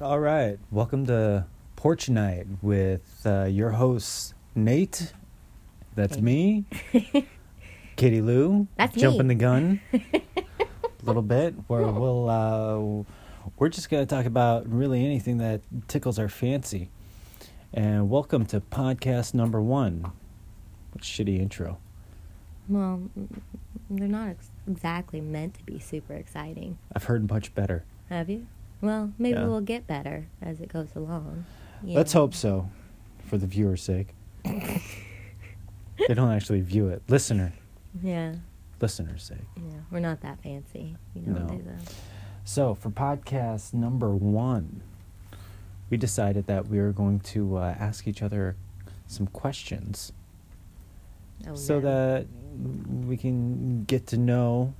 All right. Welcome to Porch Night with uh, your hosts, Nate. That's me. Kitty Lou. That's me. Jumping the gun a little bit. Where we'll, uh, we're just going to talk about really anything that tickles our fancy. And welcome to podcast number one. What shitty intro. Well, mm, they're not ex- exactly meant to be super exciting. I've heard much better. Have you? Well, maybe Yeah. we'll get better as it goes along. you Let's know. hope so, for the viewer's sake. they don't actually view it. Listener, Yeah. listener's sake. Yeah. We're not that fancy. You know No. what they say. So for podcast number one, we decided that we were going to uh, ask each other some questions Oh, so no. that we can get to know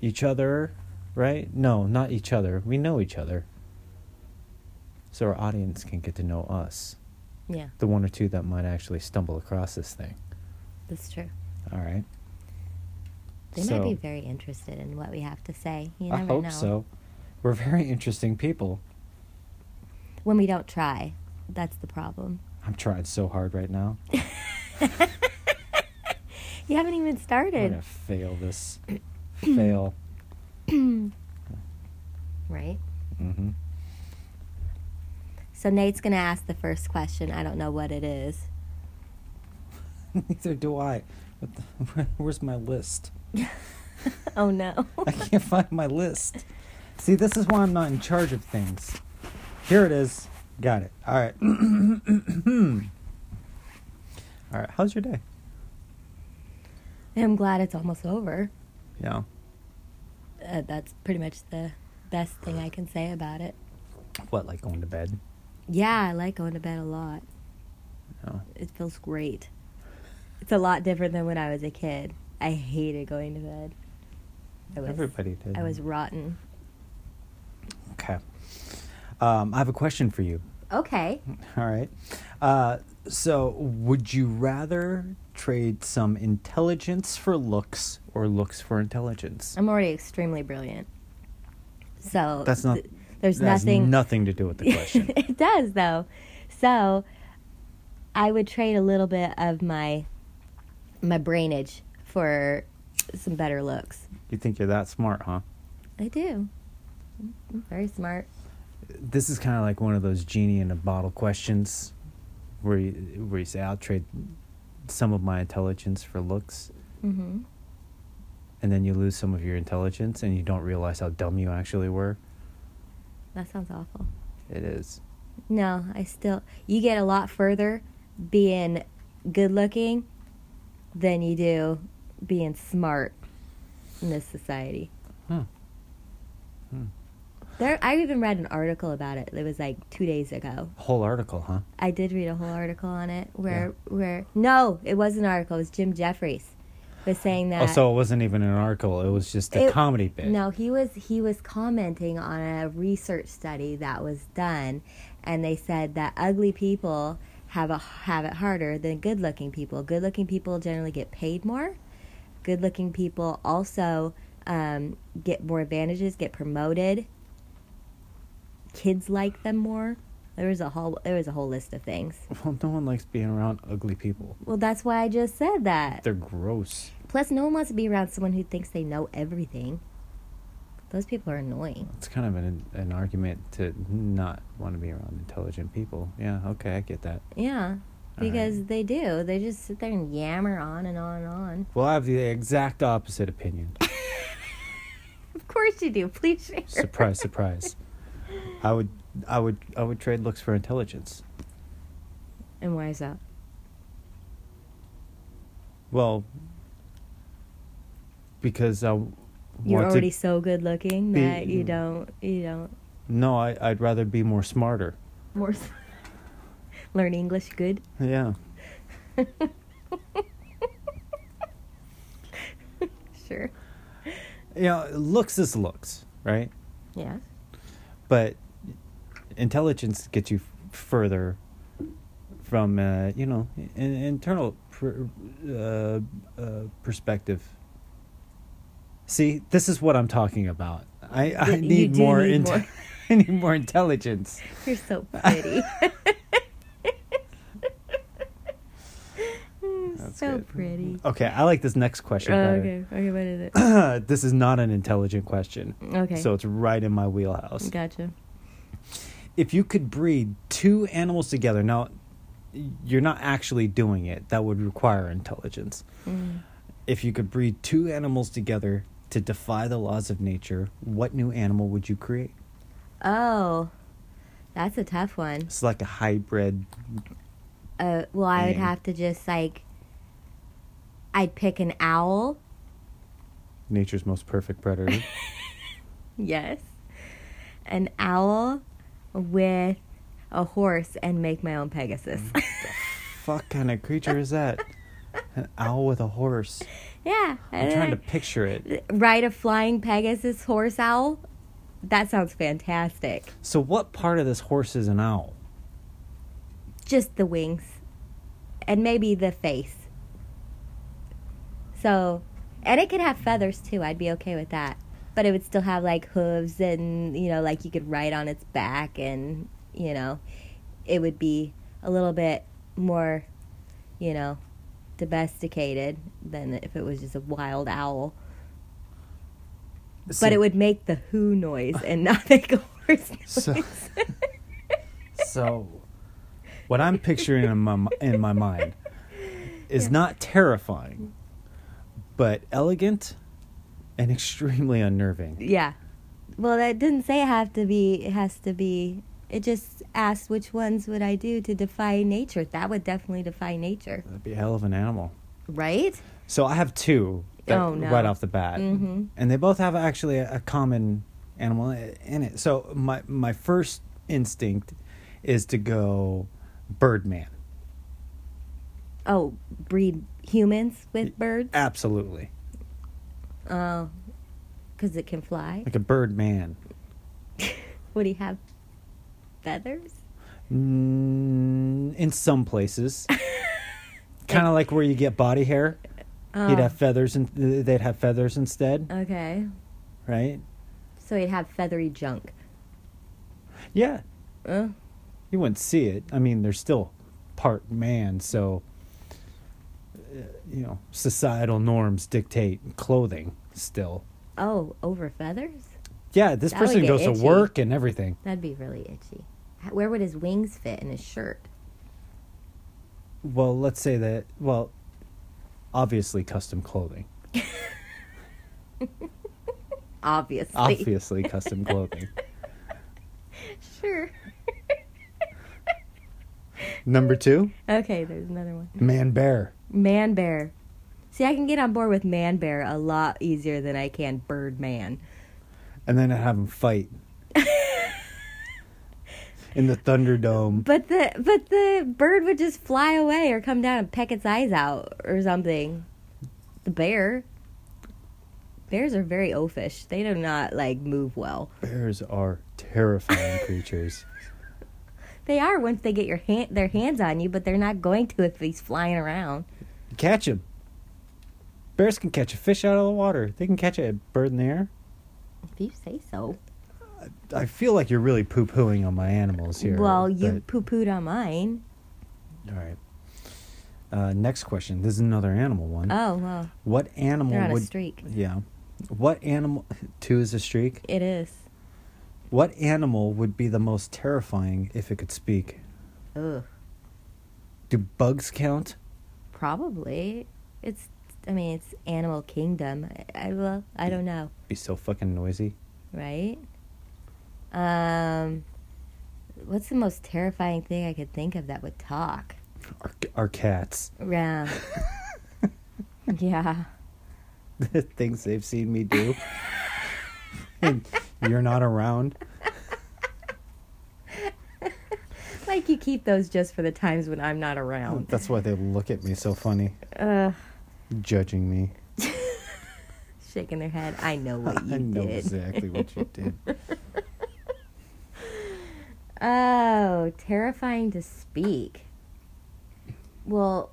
each other, right? No, not each other. We know each other. So our audience can get to know us. Yeah, The one or two that might actually stumble across this thing. that's true. All right. They might be So- very interested in what we have to say. You I never hope know. so. We're very interesting people. When we don't try, that's the problem. I'm trying so hard right now. You haven't even I'm started, gonna fail this. fail. right? hmm So Nate's gonna ask the first question. I don't know what it is. Neither do I. What the, where- where's my list? Oh no. I can't find my list. See, this is why I'm not in charge of things. Here it is. Got it. All right. All right. How's your day? I'm glad it's almost over. Yeah. Uh, that's pretty much the best thing I can say about it. What, like going to bed? Yeah, I like going to bed a lot. No. It feels great. It's a lot different than when I was a kid. I hated going to bed. I was, Everybody did. I was rotten. Okay. Um, I have a question for you. Okay. All right. Uh, so, would you rather trade some intelligence for looks or looks for intelligence? I'm already extremely brilliant. So That's not- th- there's That has nothing nothing to do with the question. it does though. So I would trade a little bit of my my brainage for some better looks. you think you're that smart, huh? I do. I'm very smart. This is kind of like one of those genie in a bottle questions, where you, where you say, "I'll trade some of my intelligence for looks," hmm and then you lose some of your intelligence, and you don't realize how dumb you actually were. That sounds awful. It is. No, I still. You get a lot further being good looking than you do being smart in this society. Hmm. There, I even read an article about it. It was like two days ago. Whole article, huh? I did read a whole article on it where where no, it was an article. It was Jim Jeffries was saying that. Oh, so it wasn't even an article. It was just a Uh, It- comedy bit. No, he was he was commenting on a research study that was done, and they said that ugly people have a have it harder than good looking people. Good looking people generally get paid more. Good looking people also um, get more advantages, get promoted. Kids like them more. There was a whole there was a whole list of things. Well, no one likes being around ugly people. Well, that's why I just said that. They're gross. Plus, no one wants to be around someone who thinks they know everything. Those people are annoying. It's kind of an an argument to not want to be around intelligent people. Yeah, okay, I get that. Yeah, right. because they do. They just sit there and yammer on and on and on. Well, I have the exact opposite opinion. Of course you do. Please share. surprise, surprise. I would I would I would trade looks for intelligence. And why is that? Well, because I You're want already to so good looking be- Mm. that you don't. You don't. No, I I'd rather be more smarter. More. s- Learn English good. Yeah. Sure. You know, looks is looks, right? Yeah. but intelligence gets you f- further from uh, you know an internal pr- uh, uh, perspective. See, this is what I'm talking about. I, I You need do more need inte- more. any more intelligence. You're so pretty. That's so good. Oh, pretty. Okay, I like this next question Oh, better. okay. Okay. What is it? this is not an intelligent question. Okay. So it's right in my wheelhouse. Gotcha. If you could breed two animals together, now you're not actually doing it. That would require intelligence. Mm. If you could breed two animals together to defy the laws of nature, what new animal would you create? Oh, that's a tough one. It's like a hybrid. Uh, well, I would Dang. have to just like, I'd pick an owl. Nature's most perfect predator. Yes. An owl with a horse and make my own Pegasus. Mm. Fuck kind of creature is that? An owl with a horse. yeah. I'm trying to picture it. ride a flying Pegasus horse owl. That sounds fantastic. So, what part of this horse is an owl? Just the wings and maybe the face. So, and it could have feathers too. I'd be okay with that. But it would still have like hooves and, you know, like you could ride on its back and, you know, it would be a little bit more, you know, domesticated than if it was just a wild owl. So- But it would make the who noise and not make a horse noise. So- So, what I'm picturing in my in my mind is not terrifying, but elegant and extremely unnerving. yeah. Well, that didn't say it have to be. It has to be. It just asked which ones would I do to defy nature. That would definitely defy nature, That'd be a hell of an animal. right? So I have two that- Oh, no. right off the bat, Mhm. and they both have actually a, a common animal i- in it. So my my first instinct is to go Birdman. Oh, breed humans with birds. Absolutely, Oh, because it can fly. like a Birdman. Would he have feathers? Mm, in some places, kind of like where you get body hair. Oh, He'd have feathers, and they'd have feathers instead, okay. right? So he'd have feathery junk. Yeah, Uh, you wouldn't see it. I mean, they're still part man, so uh, you know, societal norms dictate clothing still. oh, over feathers? Yeah, this That would person get goes itchy. to work and everything. That'd be really itchy. H- Where would his wings fit in his shirt? Well, let's say that. Well, obviously, custom clothing. Obviously. Obviously, custom clothing. Sure. Number two, Okay, there's another one. man bear. Man bear. See, I can get on board with man bear a lot easier than I can bird man. and then have them fight in the Thunderdome. But the but the bird would just fly away or come down and peck its eyes out or something. The bear. Bears are very oafish. They do not like move well. Bears are terrifying creatures. They are once they get your hand, their hands on you, but they're not going to if he's flying around. Catch them. Bears can catch a fish out of the water. They can catch a bird in the air. If you say so. I feel like you're really poo pooing on my animals here. well, you poo pooed on mine. but- all right. Uh, next question. This is another animal one. Oh well, what animal they're on would? a streak. Yeah. What animal? Two is a streak. It is. What animal would be the most terrifying if it could speak? Ugh. Do bugs count? Probably. It's. I mean, it's Animal Kingdom. I, I well, I don't know, Be so fucking noisy. right? Um, what's the most terrifying thing I could think of that would talk? Our, our cats. Yeah. yeah. The things they've seen me do. and you're not around. Like you keep those just for the times when I'm not around. That's why they look at me so funny, Ugh. judging me. shaking their head. I know what you I know did. exactly what you did. Oh, terrifying to speak. Well,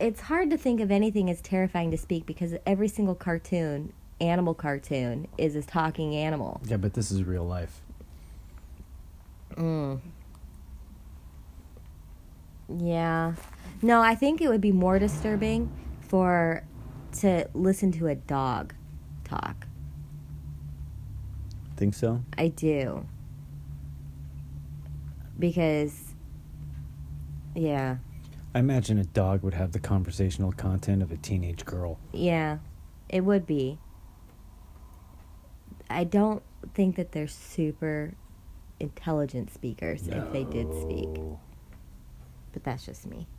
it's hard to think of anything as terrifying to speak because every single cartoon, animal cartoon, is a talking animal. Yeah, but this is real life. Mm. Yeah. No, I think it would be more disturbing for to listen to a dog talk. Think so? I do. Because yeah. I imagine a dog would have the conversational content of a teenage girl. Yeah. It would be. I don't think that they're super intelligent speakers if they did speak. No. But that's just me. Oh.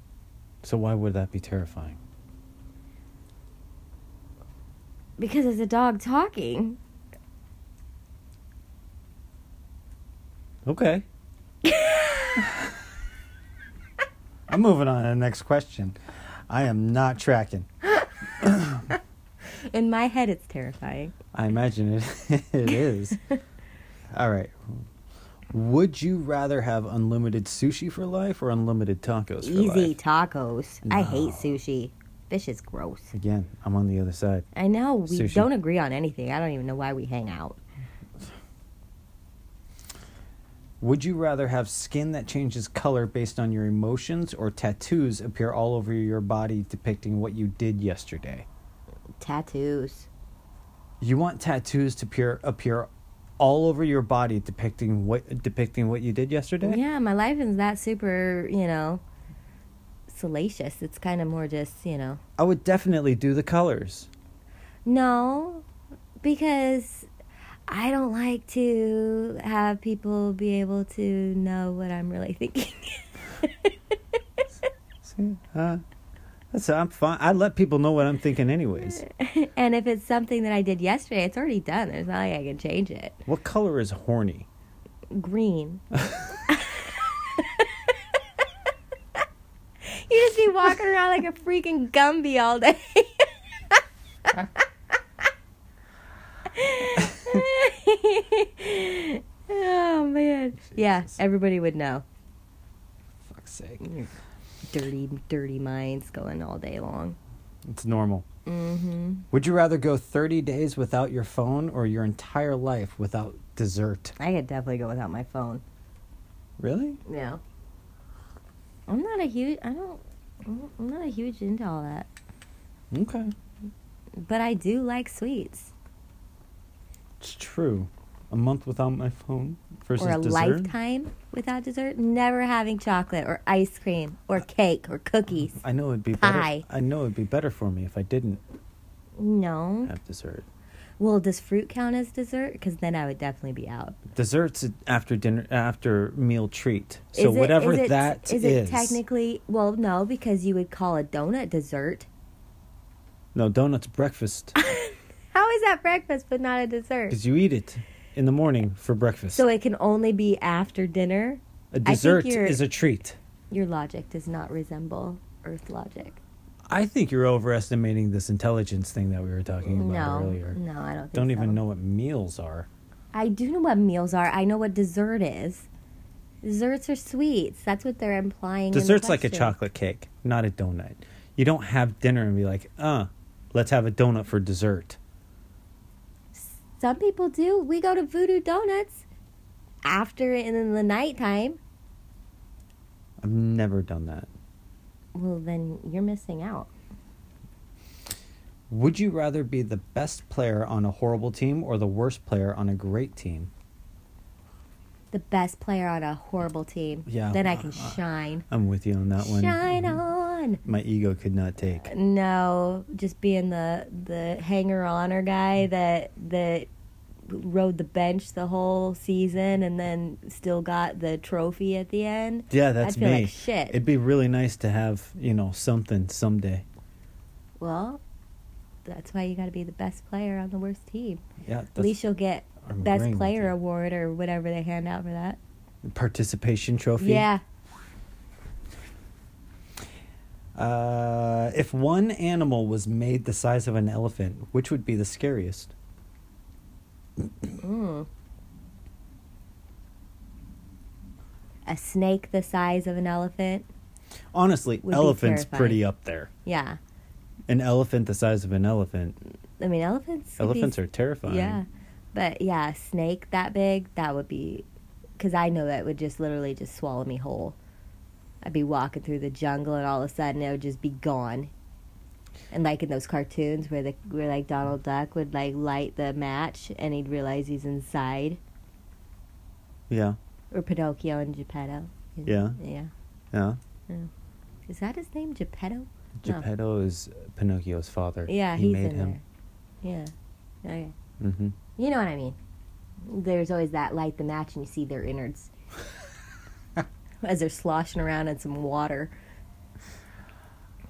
So why would that be terrifying? Because it's a dog talking. Okay. I'm moving on to the next question. I am not tracking. In my head, it's terrifying. I imagine it it is. All right. Would you rather have unlimited sushi for life or unlimited tacos for life? Easy tacos. I hate No. sushi. Fish is gross. Again, I'm on the other side. I know we Sushi. don't agree on anything. I don't even know why we hang out. Would you rather have skin that changes color based on your emotions or tattoos appear all over your body depicting what you did yesterday? Tattoos. You want tattoos to appear appear all over your body depicting what depicting what you did yesterday? Yeah, my life is that super, you know, salacious. It's kind of more just, you know, I would definitely do the colors. no, because I don't like to have people be able to know what I'm really thinking. See, uh, that's I'm fine. I let people know what I'm thinking, anyways. and if it's something that I did yesterday, it's already done. There's not like I can change it. What color is horny? green. you just be walking around like a freaking Gumby all day. oh man. Yeah, Jesus. everybody would know. Fuck's sake, Dirty, dirty minds going all day long. it's normal. Mm-hmm. Would you rather go 30 days without your phone or your entire life without dessert? I could definitely go without my phone. Really? Yeah. I'm not a huge I don't I'm not a huge into all that. Okay, But I do like sweets. it's true. A month without my phone versus or a dessert. lifetime without dessert, never having chocolate or ice cream Uh. or cake or cookies. I know it'd be better. Pie. I know it'd be better for me if I didn't No. have dessert. Well, does fruit count as dessert? Because then I would definitely be out. Dessert's an after dinner, after meal treat. So Is it- whatever is it, that is it technically? Well, no, because you would call a donut dessert. no donuts breakfast How is that breakfast but not a dessert? because you eat it in the morning for breakfast. So it can only be after dinner. A think dessert you're- is a treat. Your logic does not resemble Earth logic. I think you're overestimating this intelligence thing that we were talking about No, earlier. no, I don't. Think Don't so. even know what meals are. I do know what meals are. I know what dessert is. Desserts are sweets. That's what they're implying. in the Dessert's like a question. chocolate cake, not a donut. You don't have dinner and be like, uh, let's have a donut for dessert. Some people do. We go to Voodoo Donuts after and in the nighttime. I've never done that. Well, then you're missing out. Would you rather be the best player on a horrible team or the worst player on a great team? The best player on a horrible team. Yeah. Then I can shine. I'm with you on that one. Shine on. My ego could not take. No, just being the the hanger oner guy that that rode the bench the whole season and then still got the trophy at the end. Yeah, that's I'd feel me. like shit. It'd be really nice to have, you know, something someday. Well, that's why you got to be the best player on the worst team. Yeah, At least you'll get I'm best agreeing with player you. award or whatever they hand out for that. participation trophy. Yeah. Uh, if one animal was made the size of an elephant, which would be the scariest? Mm. A snake the size of an elephant. Honestly, Would be elephant's terrifying. pretty up there. Yeah. An elephant the size of an elephant. I mean, elephants. could be- Elephants are terrifying. Yeah. But yeah, a snake that big, that would be because I know that would just literally just swallow me whole. I'd be walking through the jungle, and all of a sudden it would just be gone. And like in those cartoons where the where like Donald Duck would like light the match, and he'd realize he's inside, Yeah. or Pinocchio and Geppetto. Yeah. Yeah. Oh. Yeah. Is that his name, Geppetto? Geppetto is Pinocchio's father. Yeah, he he's made in him. there. Yeah. Okay. Mm-hmm. You know what I mean. There's always that light the match and you see their innards as they're sloshing around in some water.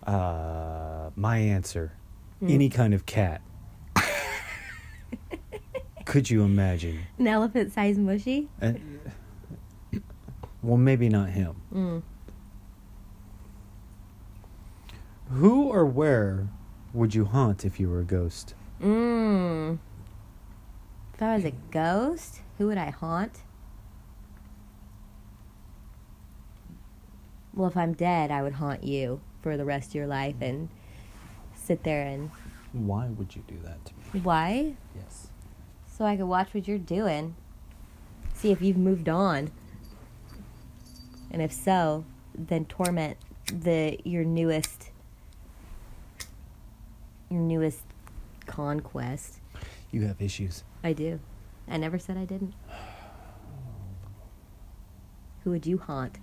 Uh, my answer Hmm. any kind of cat. Could you imagine? An elephant sized mushy? Uh, well, maybe not him. Mm. Who or where would you haunt if you were a ghost? Mmm. If I was a ghost, who would I haunt? Well, if I'm dead, I would haunt you for the rest of your life and sit there and. Why would you do that to me? Why? Yes. So I could watch what you're doing. See if you've moved on. And if so, then torment the your newest your newest conquest. You have issues. I do. I never said I didn't. Who would you haunt?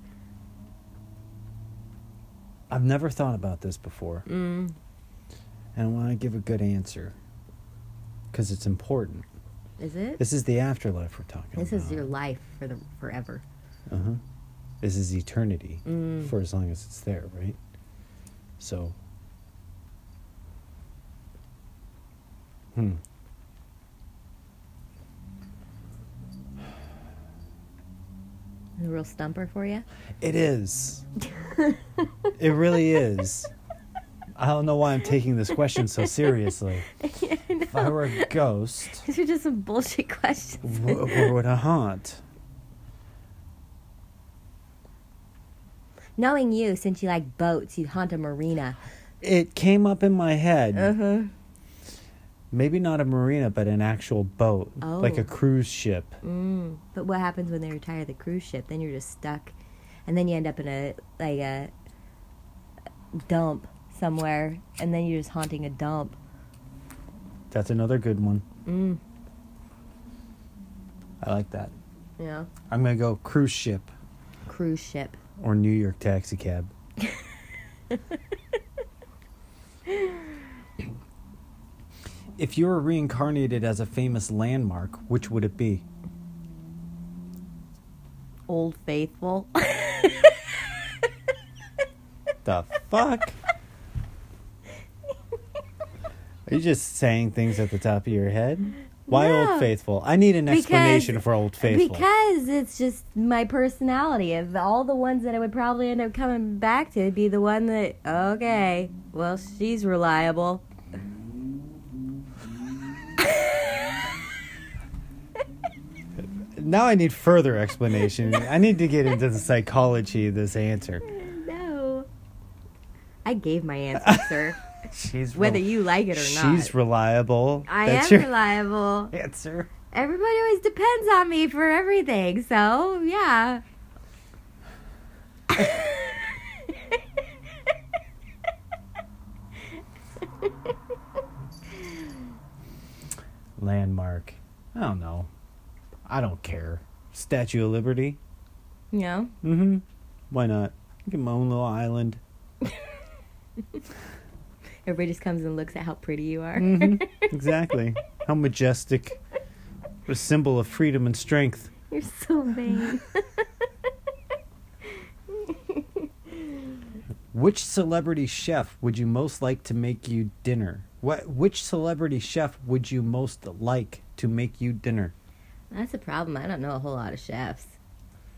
I've never thought about this before, Mm. and I want to give a good answer because it's important. Is it? This is the afterlife we're talking This about. is your life for the forever. Uh huh. This is eternity Mm. for as long as it's there, right? So. Hmm. A real stumper for you. It is. it really is. I don't know why I'm taking this question so seriously. If I were a ghost, These are just some bullshit questions. wh- where would I haunt? Knowing you, since you like boats, you haunt a marina. It came up in my head. huh. Maybe not a marina, but an actual boat, like Oh. a cruise ship. Mm. But what happens when they retire the cruise ship? Then you're just stuck, and then you end up in a like a dump somewhere, and then you're just haunting a dump. That's another good one. Mm. I like that. Yeah, I'm gonna go cruise ship cruise ship. or New York taxi cab. if you were reincarnated as a famous landmark, which would it be? Old Faithful. The fuck? Are you just saying things at the top of your head? Why No. Old Faithful? I need an explanation for Old Faithful. Because it's just my personality. Of all the ones that I would probably end up coming back to, it'd be the one that okay, well she's reliable. now I need further explanation. I need to get into the psychology of this answer. No. I gave my answer, sir. She's Whether rel- you like it or not. She's reliable. I That's am your reliable. answer. Everybody always depends on me for everything, so yeah. landmark. I don't know. I don't care. Statue of Liberty. Yeah. Mm-hmm. Why not? Get my own little island. Everybody just comes and looks at how pretty you are. Exactly. How majestic. What a symbol of freedom and strength. You're so vain. Which celebrity chef would you most like to make you dinner? What? Which celebrity chef would you most like to make you dinner? That's a problem. I don't know a whole lot of chefs.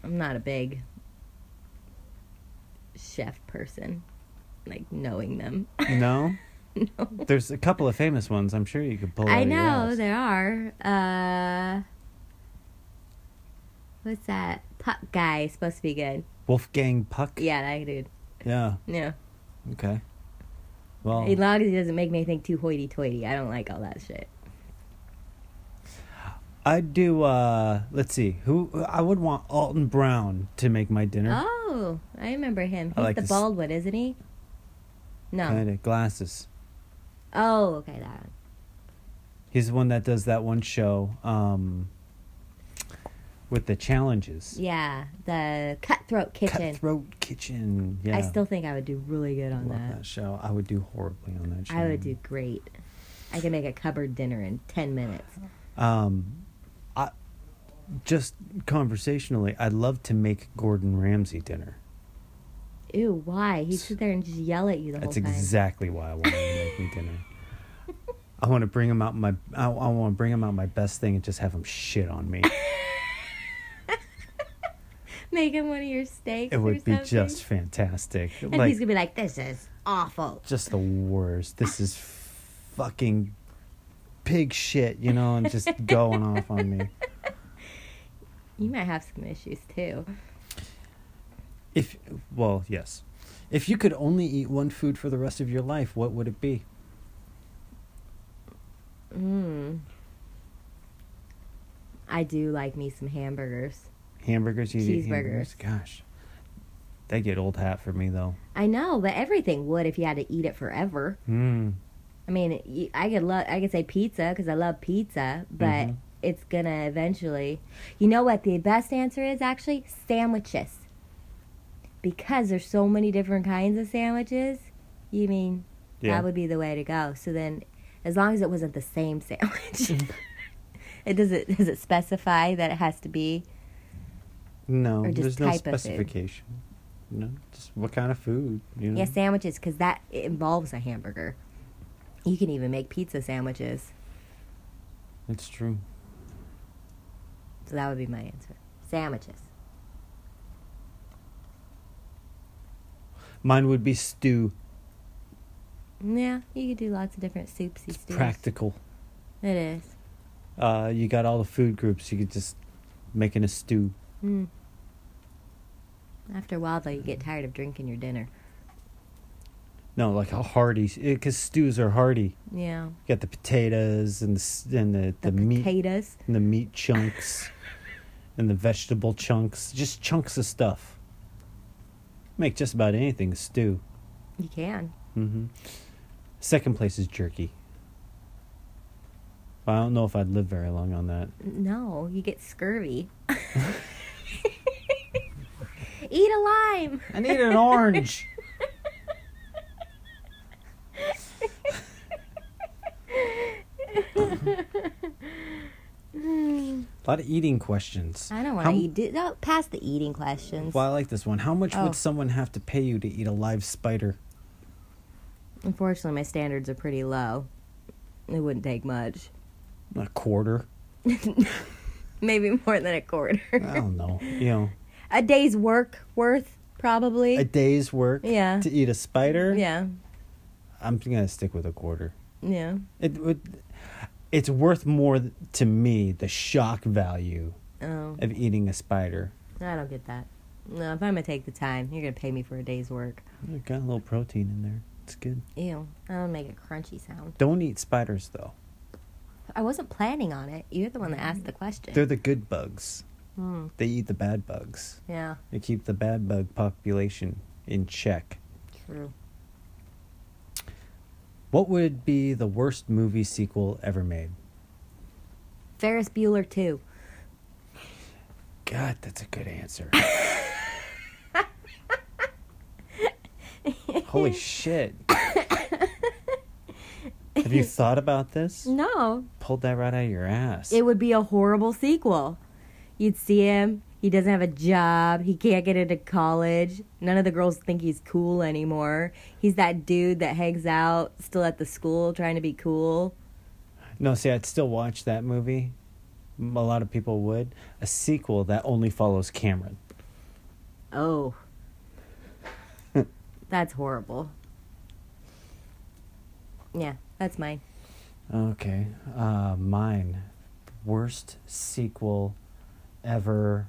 I'm not a big chef person, like knowing them. No. no. There's a couple of famous ones. I'm sure you could pull. out I of your know ass. there are. Uh, what's that puck guy supposed to be good? Wolfgang Puck. Yeah, that dude. Yeah. Yeah, Okay. Well, as long as he doesn't make me think too hoity-toity, I don't like all that shit. I'd do. uh Let's see. Who I would want Alton Brown to make my dinner. Oh, I remember him. I He's like the this- bald one, isn't he? No. Kinda glasses. Oh, okay, that one. He's the one that does that one show um with the challenges. Yeah, the Cutthroat Kitchen. Cutthroat Kitchen. Yeah. I still think I would do really good on love that. that show. I would do horribly on that show. I would do great. I could make a cupboard dinner in 10 minutes. Um, I just conversationally, I'd love to make Gordon Ramsay dinner. Ew, why? He'd sit there and just yell at you the That's whole time. exactly why I want him to make me dinner. I want to bring him out my. I, I want to bring him out my best thing and just have him shit on me. make him one of your steaks. It or would be something. just fantastic. And like he's gonna be like, "This is awful." just the worst. This is fucking pig shit, you know, and just going off on me. You might have some issues too. If well, yes. If you could only eat one food for the rest of your life, what would it be? Mm. I do like me some hamburgers. Hamburgers, you eat hamburgers. Cheeseburgers. Gosh, they get old hat for me though. I know, but everything would if you had to eat it forever. Mm. I mean, y- I could love, I could say pizza because I love pizza, but Mhm. it's gonna eventually. You know what? The best answer is actually sandwiches, because there's so many different kinds of sandwiches. You mean Yeah. that would be the way to go. So then, as long as it wasn't the same sandwich, it does it does it specify that it has to be No, or just there's no type of food. specification. No, just what kind of food, you know? yeah sandwiches because that it involves a hamburger. You can even make pizza sandwiches. It's true. So that would be my answer. Sandwiches. Mine would be stew. Yeah, you could do lots of different soups. It's stews. practical. It is. Uh, you got all the food groups. You could just make in a stew. Mm. After a while, though, you get tired of drinking your dinner. No, like a hearty, because stews are hearty. Yeah. You got the potatoes and the s- and the, the, The, meat potatoes. and the meat chunks and the vegetable chunks, just chunks of stuff. Make just about anything a stew. You can. hmm Second place is jerky. But I don't know if I'd live very long on that. No, you get scurvy. Eat a lime. I need an orange. Mm. A lot of eating questions. I How don't want to m- eat. Do, no, pass the eating questions. Well, I like this one. How much Oh. would someone have to pay you to eat a live spider? Unfortunately, my standards are pretty low. It wouldn't take much. A quarter? Maybe more than a quarter. I don't know. You know, a day's work worth, probably. a day's work Yeah. to eat a spider? yeah. I'm going to stick with a quarter. Yeah. It would. It's worth more th- to me the shock value Oh, of eating a spider. I don't get that. No, if I'm gonna take the time, you're gonna pay me for a day's work. It got a little protein in there. It's good. Ew, I don't make a crunchy sound. Don't eat spiders though. I wasn't planning on it. You're the one that asked the question. They're the good bugs. Mm, They eat the bad bugs. yeah, They keep the bad bug population in check. true. What would be the worst movie sequel ever made? Ferris Bueller too. God, that's a good answer. Holy shit. Have you thought about this? No, Pulled that right out of your ass. it would be a horrible sequel. You'd see him. He doesn't have a job. He can't get into college. None of the girls think he's cool anymore. He's that dude that hangs out still at the school trying to be cool. No, see, I'd still watch that movie. M- A lot of people would. A sequel that only follows Cameron. Oh. that's horrible. Yeah, that's mine. Okay. Uh, mine. Worst sequel ever.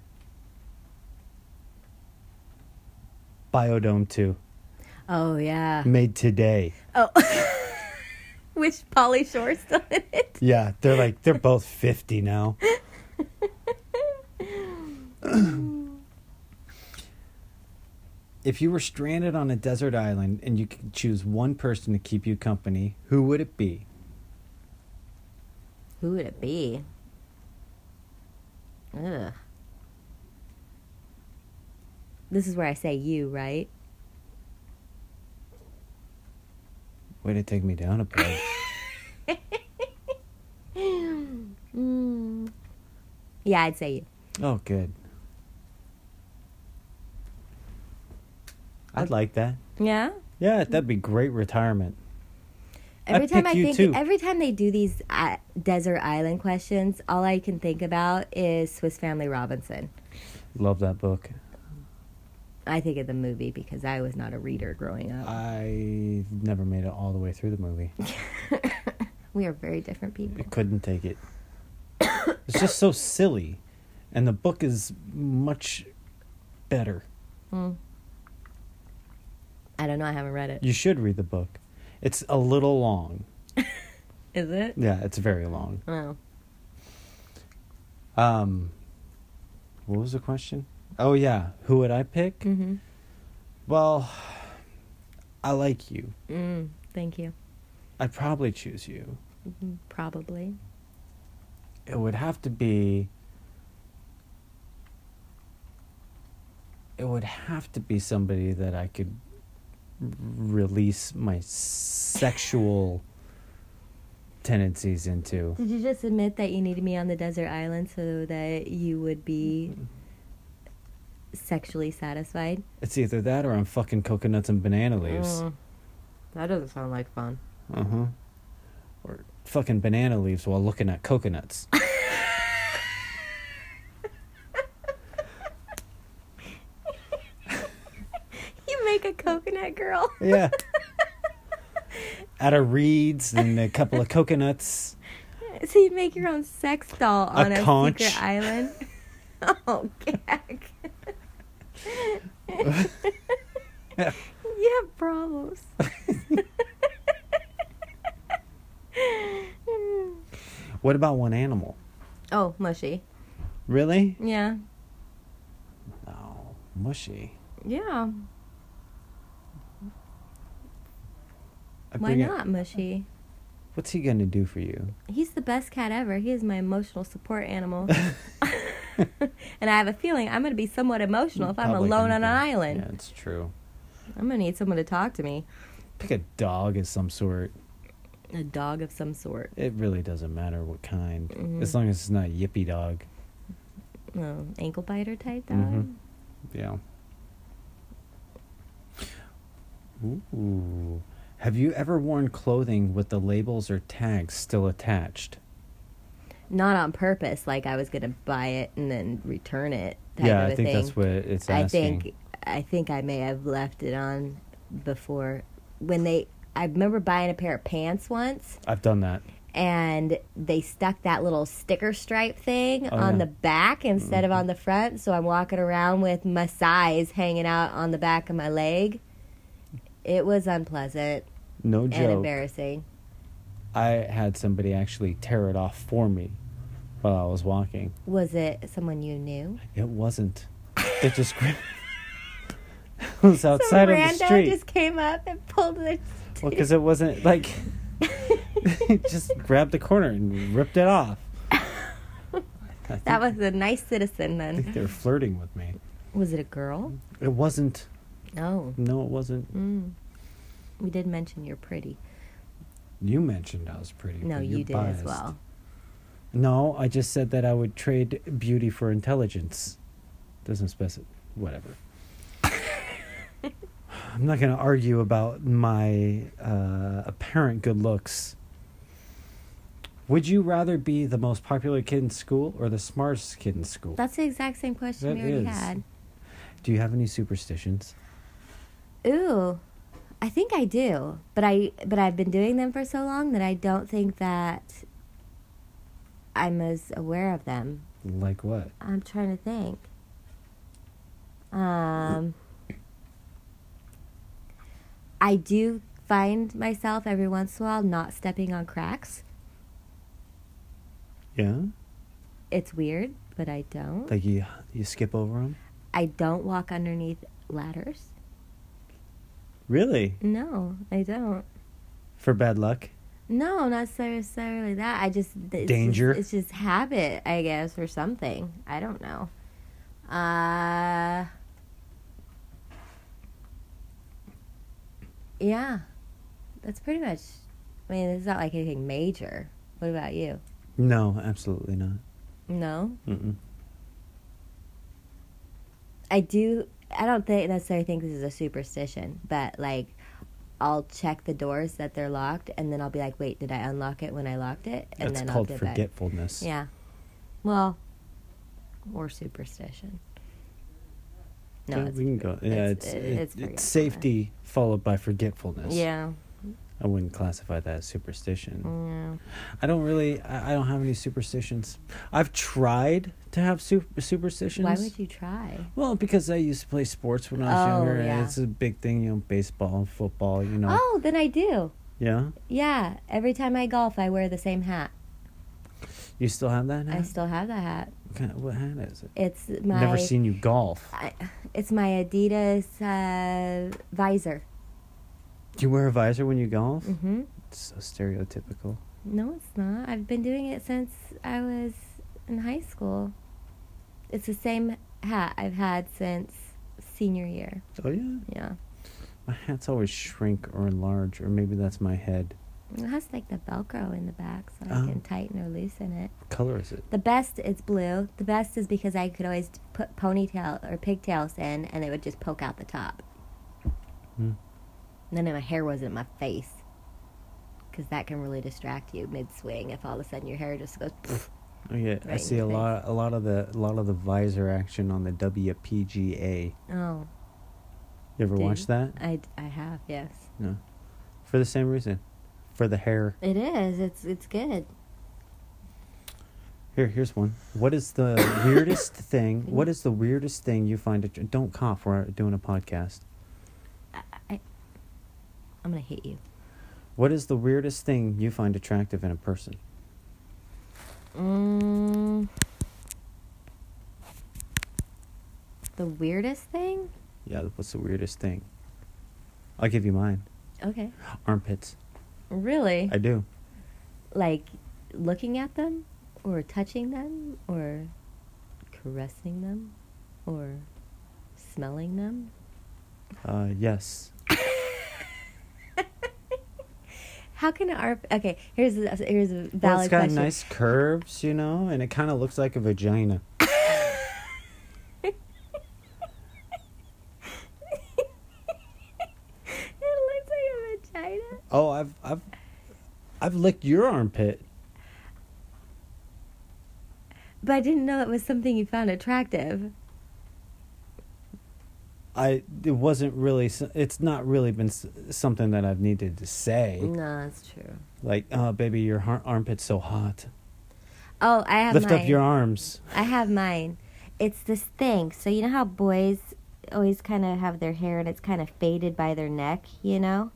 Biodome 2. Oh, yeah. Made today. Oh. Which Polly Shore still in it? Yeah, they're like, they're both 50 now. if you were stranded on a desert island and you could choose one person to keep you company, who would it be? Who would it be? Ugh. This is where I say you, right? Way to take me down a peg. mm. Yeah, I'd say you. oh, good. I'd like that. Yeah. Yeah, that'd be great retirement. I'd Every time pick I you think, too. every time they do these uh, desert island questions, all I can think about is Swiss Family Robinson. Love that book. I think of the movie because I was not a reader growing up. I never made it all the way through the movie. we are very different people. I couldn't take it. It's just so silly. And the book is much better. I don't know. I haven't read it. You should read the book. It's a little long. Is it? Yeah, it's very long. Oh. Um, what was the question? Oh yeah, who would I pick? Mm-hmm. Well, I like you. Mm, thank you. Mm, I'd probably choose you. Probably. It would have to be. It would have to be somebody that I could r- release my sexual tendencies into. Did you just admit that you needed me on the desert island so that you would be sexually satisfied? It's either that or I'm fucking coconuts and banana leaves. that doesn't sound like fun. Uh huh. Or fucking banana leaves while looking at coconuts. You make a coconut girl. yeah. Out of reeds and a couple of coconuts. so you make your own sex doll on a, conch. secret island. oh, gag. you have problems. What about one animal? oh, mushy. Really? Yeah. No. Mushy. Yeah. I Why bring it- not mushy? what's he gonna do for you? He's the best cat ever. He is my emotional support animal. and I have a feeling I'm going to be somewhat emotional if I'm Probably alone on an anything. island. Yeah, it's true. I'm going to need someone to talk to me. Pick a dog of some sort. A dog of some sort. It really doesn't matter what kind, Mm-hmm. as long as it's not a yippy dog. Oh, ankle biter type dog. Mhm. Yeah. Ooh. Have you ever worn clothing with the labels or tags still attached? Not on purpose, like I was going to buy it and then return it type yeah, of I a think thing. that's what it's I asking. think I think I may have left it on before when they I remember buying a pair of pants once I've done that. and they stuck that little sticker stripe thing Oh, on yeah. Mm-hmm. the back instead of on the front. So I'm walking around with my size hanging out on the back of my leg. It was unpleasant No and joke. embarrassing. I had somebody actually tear it off for me while I was walking. Was it someone you knew? It wasn't. They just grabbed. it was outside Some on the rando street. just came up and pulled it. Well, because it wasn't like. it just grabbed the corner and ripped it off. That was a nice citizen I think then. they were flirting with me. Was it a girl? It wasn't. No. No, it wasn't. Mm. We did mention you're pretty. You mentioned I was pretty. No, but you're you did as biased. well. No, I just said that I would trade beauty for intelligence. Doesn't specify. Whatever. I'm not going to argue about my uh, apparent good looks. Would you rather be the most popular kid in school or the smartest kid in school? That's the exact same question That we already is. had. Do you have any superstitions? Ooh, I think I do, but I but I've been doing them for so long that I don't think that I'm as aware of them. Like what? I'm trying to think. Um, I do find myself every once in a while not stepping on cracks. Yeah? It's weird, but I don't. Like you you skip over them? I don't walk underneath ladders. Really? No, I don't. For bad luck? No, not necessarily that. I just it's Danger? Just, it's just habit, I guess, or something. I don't know. Uh, yeah, that's pretty much. I mean, it's not like anything major. What about you? No, absolutely not. No, Mm-mm. I do. I don't think necessarily think this is a superstition, but like, I'll check the doors that they're locked, and then I'll be like, "Wait, did I unlock it when I locked it?" And That's then called I'll get back. forgetfulness. Yeah. Well, or superstition. No, Well, it's, we can go. Yeah, it's- it's, it- it's, it's it's forgetfulness. safety followed by forgetfulness. yeah, Mm. I wouldn't classify that as superstition. yeah. I don't really. I, I don't have any superstitions. I've tried to have super, superstitions. Why would you try? Well, because I used to play sports when I was Oh, younger, yeah. and it's a big thing, you know, baseball, football, you know. Oh, then I do. Yeah, Yeah, every time I golf, I wear the same hat. you still have that I hat. still have that hat. what, kind what hat is it? It's my Uh, Never seen you golf. I, it's my Adidas uh, visor. Do you wear a visor when you golf? hmm It's so stereotypical. No, it's not. I've been doing it since I was in high school. It's the same hat I've had since senior year. Oh yeah, Yeah. my hats always shrink or enlarge, or maybe that's my head. It has like the Velcro in the back, so Oh. I can tighten or loosen it. What color is it? The best is blue. The best is because I could always put ponytail or pigtails in, and they would just poke out the top. Hmm. And then my hair wasn't in my face, because that can really distract you mid swing if all of a sudden your hair just goes. Pff. Oh yeah, I Right in see a your lot, a lot of the, a lot of the visor action on the WPGA. Oh, You ever Did- watch that? I, I have yes. No, for the same reason, for the hair. It is. It's it's good. Here, here's one. What is the weirdest thing? What is the weirdest thing you find? Att- don't cough. We're doing a podcast. I, I I'm gonna hit you. What is the weirdest thing you find attractive in a person? Mm, the weirdest thing? Yeah, what's the weirdest thing? I'll give you mine. Okay. Armpits. Really? I do. like looking at them or touching them or caressing them or smelling them? Uh, yes. How can our okay? Here's a, here's a valid Well, it's got question. nice curves, you know, and it kind of looks like a vagina. it looks like a vagina. Oh, I've I've I've licked your armpit. But I didn't know it was something you found attractive. I it wasn't really. s- It's not really been s- something that I've needed to say. No, that's true. Like, oh, baby, your har- armpit's so hot. Oh, I have Lift mine. up your arms. I have mine. It's this thing. So you know how boys always kind of have their hair and it's kind of faded by their neck, you know?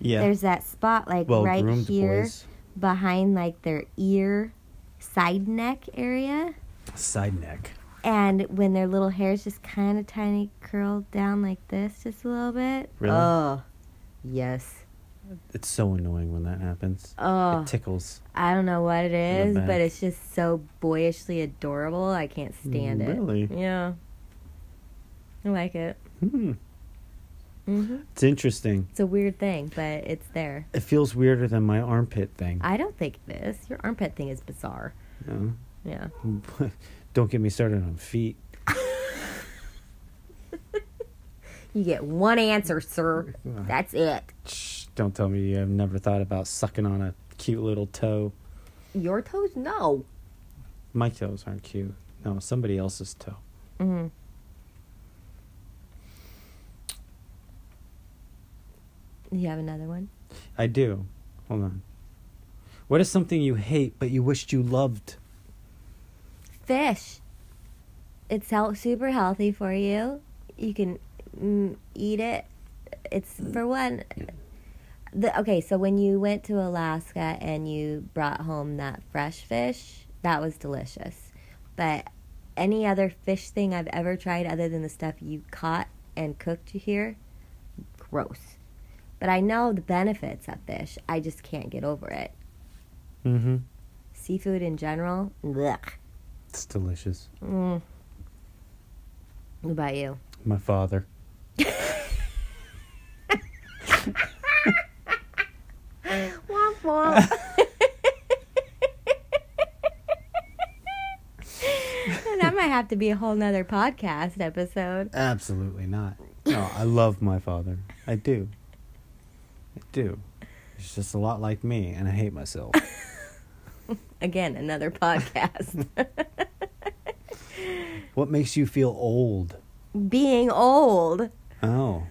Yeah. There's that spot like well right groomed here boys. behind like their ear side neck area. Side neck. And when their little hair's just kind of tiny curled down like this just a little bit. Really? Oh. Yes. It's so annoying when that happens. Oh. It tickles. I don't know what it In is, the but back. it's just so boyishly adorable. I can't stand it. Really? Yeah. I like it. Hmm. hmm It's interesting. It's a weird thing, but it's there. It feels weirder than my armpit thing. I don't think it is. Your armpit thing is bizarre. No. Yeah. Don't get me started on feet. You get one answer, sir. That's it. Shh, don't tell me you have never thought about sucking on a cute little toe. Your toes? No. My toes aren't cute. No, somebody else's toe. Mm. You have another one? I do. Hold on. What is something you hate but you wished you loved? Fish. It's hel- super healthy for you. You can mm, eat it. It's for one. The, okay, so when you went to Alaska and you brought home that fresh fish, that was delicious. But any other fish thing I've ever tried, other than the stuff you caught and cooked here, gross. But I know the benefits of fish. I just can't get over it. Mm-hmm. Seafood in general, blech. It's delicious. Mm. What about you? My father. Womp womp. And that might have to be a whole nother podcast episode. Absolutely not. No, I love my father. I do. I do. He's just a lot like me, and I hate myself. Again, another podcast. what makes you feel old? Being old. Oh,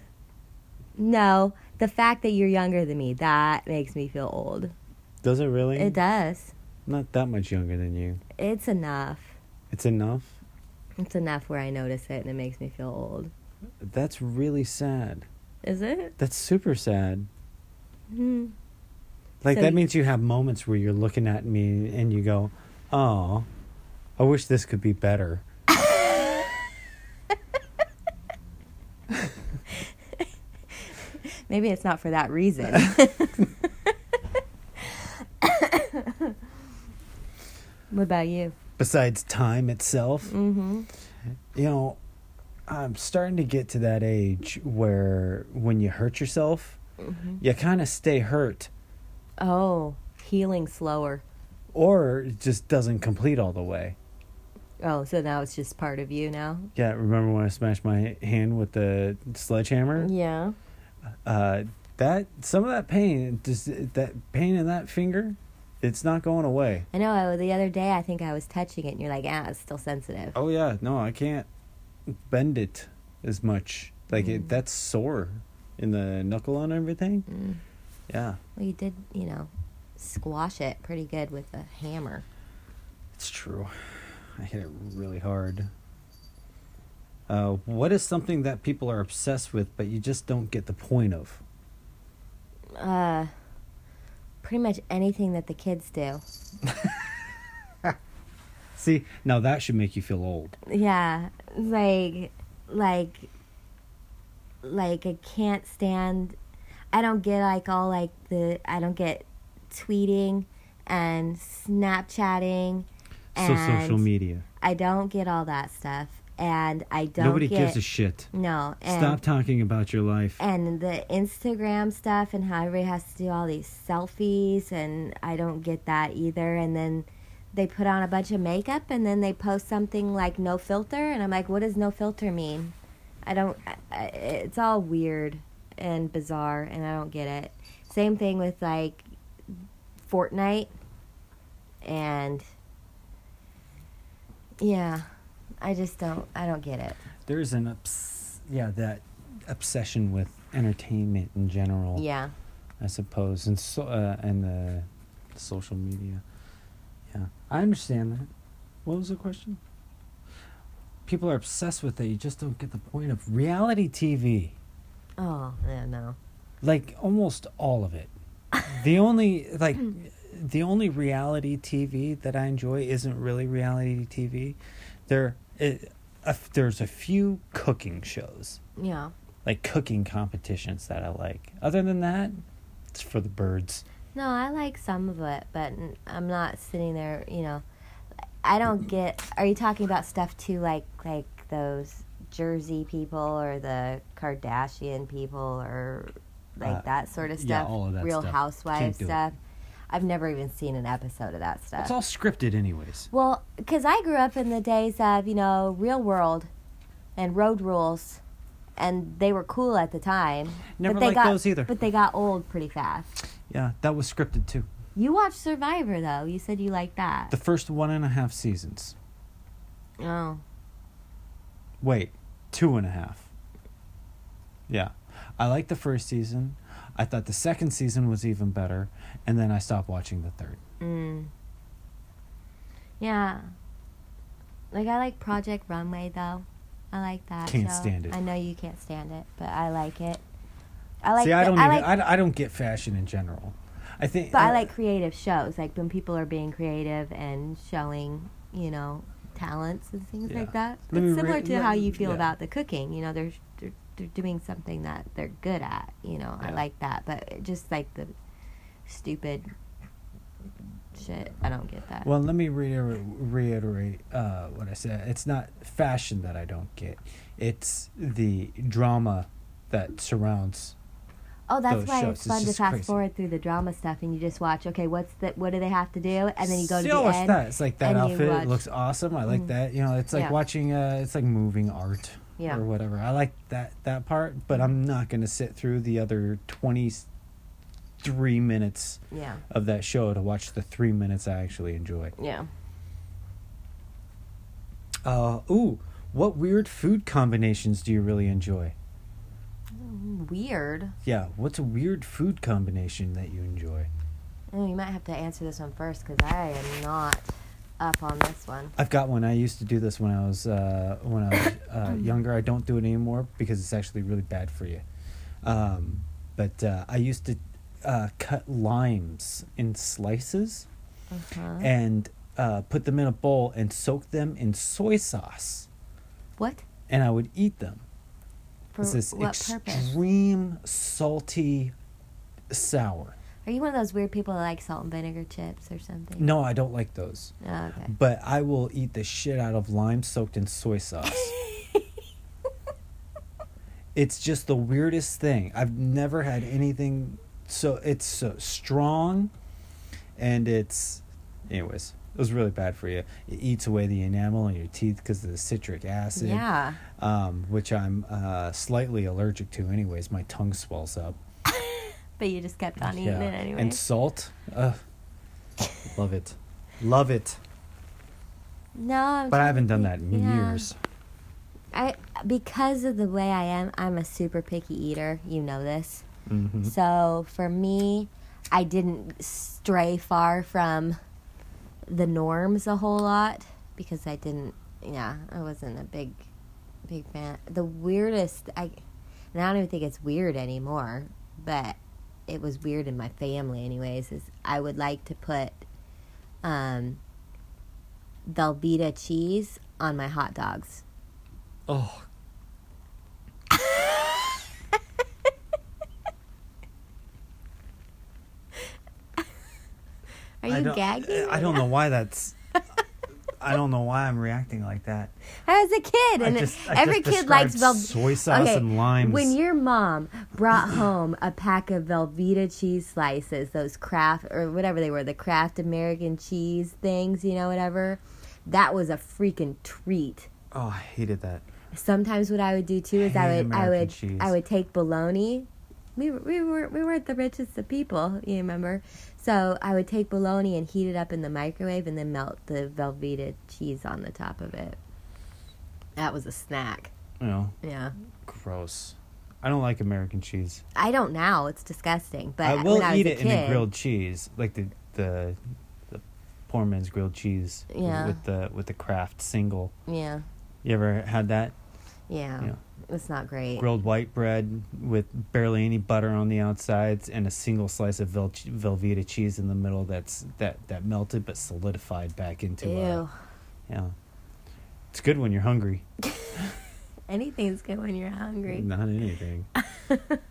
No, the fact that you're younger than me, that makes me feel old. does it really? It does. Not that much younger than you. It's enough. It's enough. It's enough where I notice it and it makes me feel old. That's really sad. Is it? That's super sad. Hmm. Like So that you- means you have moments where you're looking at me and you go, "Oh, I wish this could be better." Maybe it's not for that reason. what about you? Besides time itself, Mm-hmm. you know, I'm starting to get to that age where when you hurt yourself, Mm-hmm. you kind of stay hurt Oh, healing slower. or it just doesn't complete all the way. Oh, so now it's just part of you now? Yeah, remember when I smashed my hand with the sledgehammer? Yeah. Uh, that some of that pain, just that pain in that finger, it's not going away. I know. I, the other day, I think I was touching it, and you're like, ah, it's still sensitive. Oh yeah, no, I can't bend it as much. Like it, that's sore in the knuckle and everything. Mm. Yeah, Well, you did, you know, squash it pretty good with a hammer. it's true. I hit it really hard. Uh, what is something that people are obsessed with, but you just don't get the point of? Uh, pretty much anything that the kids do. See, now that should make you feel old. Yeah, like, like, like I can't stand. I don't get like all like the. I don't get tweeting and Snapchatting. So And social media. I don't get all that stuff, and I don't. Nobody get, gives a shit. no. And, Stop talking about your life. and the Instagram stuff and how everybody has to do all these selfies and I don't get that either and then they put on a bunch of makeup and then they post something like no filter and I'm like what does no filter mean? I don't I- I, it's all weird and bizarre and I don't get it. Same thing with like Fortnite and yeah, I just don't I don't get it. There's an obs- yeah, that obsession with entertainment in general. Yeah. I suppose, and so uh, and the social media. Yeah, I understand that. What was the question? People are obsessed with it. You just don't get the point of reality TV. Oh, yeah, no. Like almost all of it. the only like the only reality TV that I enjoy isn't really reality TV. There, it, a f there's a few cooking shows, Yeah. like cooking competitions that I like. Other than that, it's for the birds. No, I like some of it, but n- I'm not sitting there, you know. I don't get. Are you talking about stuff too, like like those Jersey people or the Kardashian people or like Uh, that sort of stuff? yeah, all of that Real stuff. Can't Housewives do it. stuff. I've never even seen an episode of that stuff. It's all scripted, anyways. Well, because I grew up in the days of, you know, real world and road rules, and they were cool at the time. Never but they liked got, those either. But they got old pretty fast. Yeah, that was scripted too. You watched Survivor, though. You said you liked that. The first one and a half seasons. Oh. Wait, two and a half. Yeah. I liked the first season. I thought the second season was even better. And then I stopped watching the third. Mm. Yeah. Like I like Project Runway though. I like that. Can't show. stand it. I know you can't stand it, but I like it. I like. See, I the- don't I even, like, I, I don't get fashion in general. I think. but I like creative shows, like when people are being creative and showing, you know, talents and things Yeah. like that. Let me it's similar re- to let- how you feel yeah. about the cooking. You know, they're, they're they're doing something that they're good at. You know, I Yeah. like that, but it just like the stupid shit, I don't get that. Well, let me reiter- reiterate uh, what I said. It's not fashion that I don't get, it's the drama that surrounds. oh, that's those why shows, it's it's fun to just fast crazy. forward through the drama stuff and you just watch. Okay, what's the what do they have to do? And then you go to See, the oh, it's end. that. It's like that and you outfit watch- looks awesome. I like Mm. that. You know, it's like Yeah. watching. Uh, it's like moving art Yeah. Mm-hmm. or whatever. I like that that part, but I'm not gonna sit through the other twenty three minutes Yeah, of that show to watch the three minutes I actually enjoy. yeah. Oh, Uh, ooh, what weird food combinations do you really enjoy? Mm, Weird. Yeah, what's a weird food combination that you enjoy? Oh, you might have to answer this one first because I am not up on this one. I've got one. I used to do this when I was uh, when I was uh, Mm. younger. I don't do it anymore because it's actually really bad for you. Um, but uh, I used to uh, cut limes in slices Uh-huh. and uh, put them in a bowl and soak them in soy sauce, What? and I would eat them. For it's this what purpose? extreme salty sour. Are you one of those weird people that like salt and vinegar chips or something? No, I don't like those. Oh, okay. But I will eat the shit out of lime soaked in soy sauce. it's just the weirdest thing. I've never had anything so it's so strong and it's anyways, it was really bad for you. It eats away the enamel in your teeth because of the citric acid. Yeah. Um, which I'm uh, slightly allergic to anyways. My tongue swells up. But you just kept on eating it anyway. And salt. Uh, love it. Love it. no, I'm But I trying haven't to done that think. in Yeah. years. I because of the way I am, I'm a super picky eater. You know this. Mm-hmm. So for me, I didn't stray far from the norms a whole lot because I didn't. Yeah, I wasn't a big, big fan. The weirdest I, and I don't even think it's weird anymore, but it was weird in my family anyways. Is I would like to put, um, Velveeta cheese on my hot dogs. Oh. Are you gagging? I don't know why that's. I don't know why I'm reacting like that. I was a kid, and I just, I every just kid likes described Velveeta. soy sauce and limes. When your mom brought home a pack of Velveeta cheese slices, those craft or whatever they were, the craft American cheese things, you know, whatever, that was a freaking treat. oh, I hated that. Sometimes what I would do too is I Hate would I American would cheese. I would take bologna. We were, we were we weren't the richest of people, you remember. So I would take bologna and heat it up in the microwave and then melt the Velveeta cheese on the top of it. That was a snack. You know, Yeah. gross. I don't like American cheese. I don't now. It's disgusting. But I will when I was eat a it kid, in the grilled cheese, like the the the poor man's grilled cheese. with- Yeah. With the with the craft single. Yeah, You ever had that? yeah, Yeah. It's not great. Grilled white bread with barely any butter on the outsides and a single slice of Vel- Velveeta cheese in the middle. That's that that melted but solidified back into. uh, Ew. A, Yeah. It's good when you're hungry. Anything's good when you're hungry. Not anything.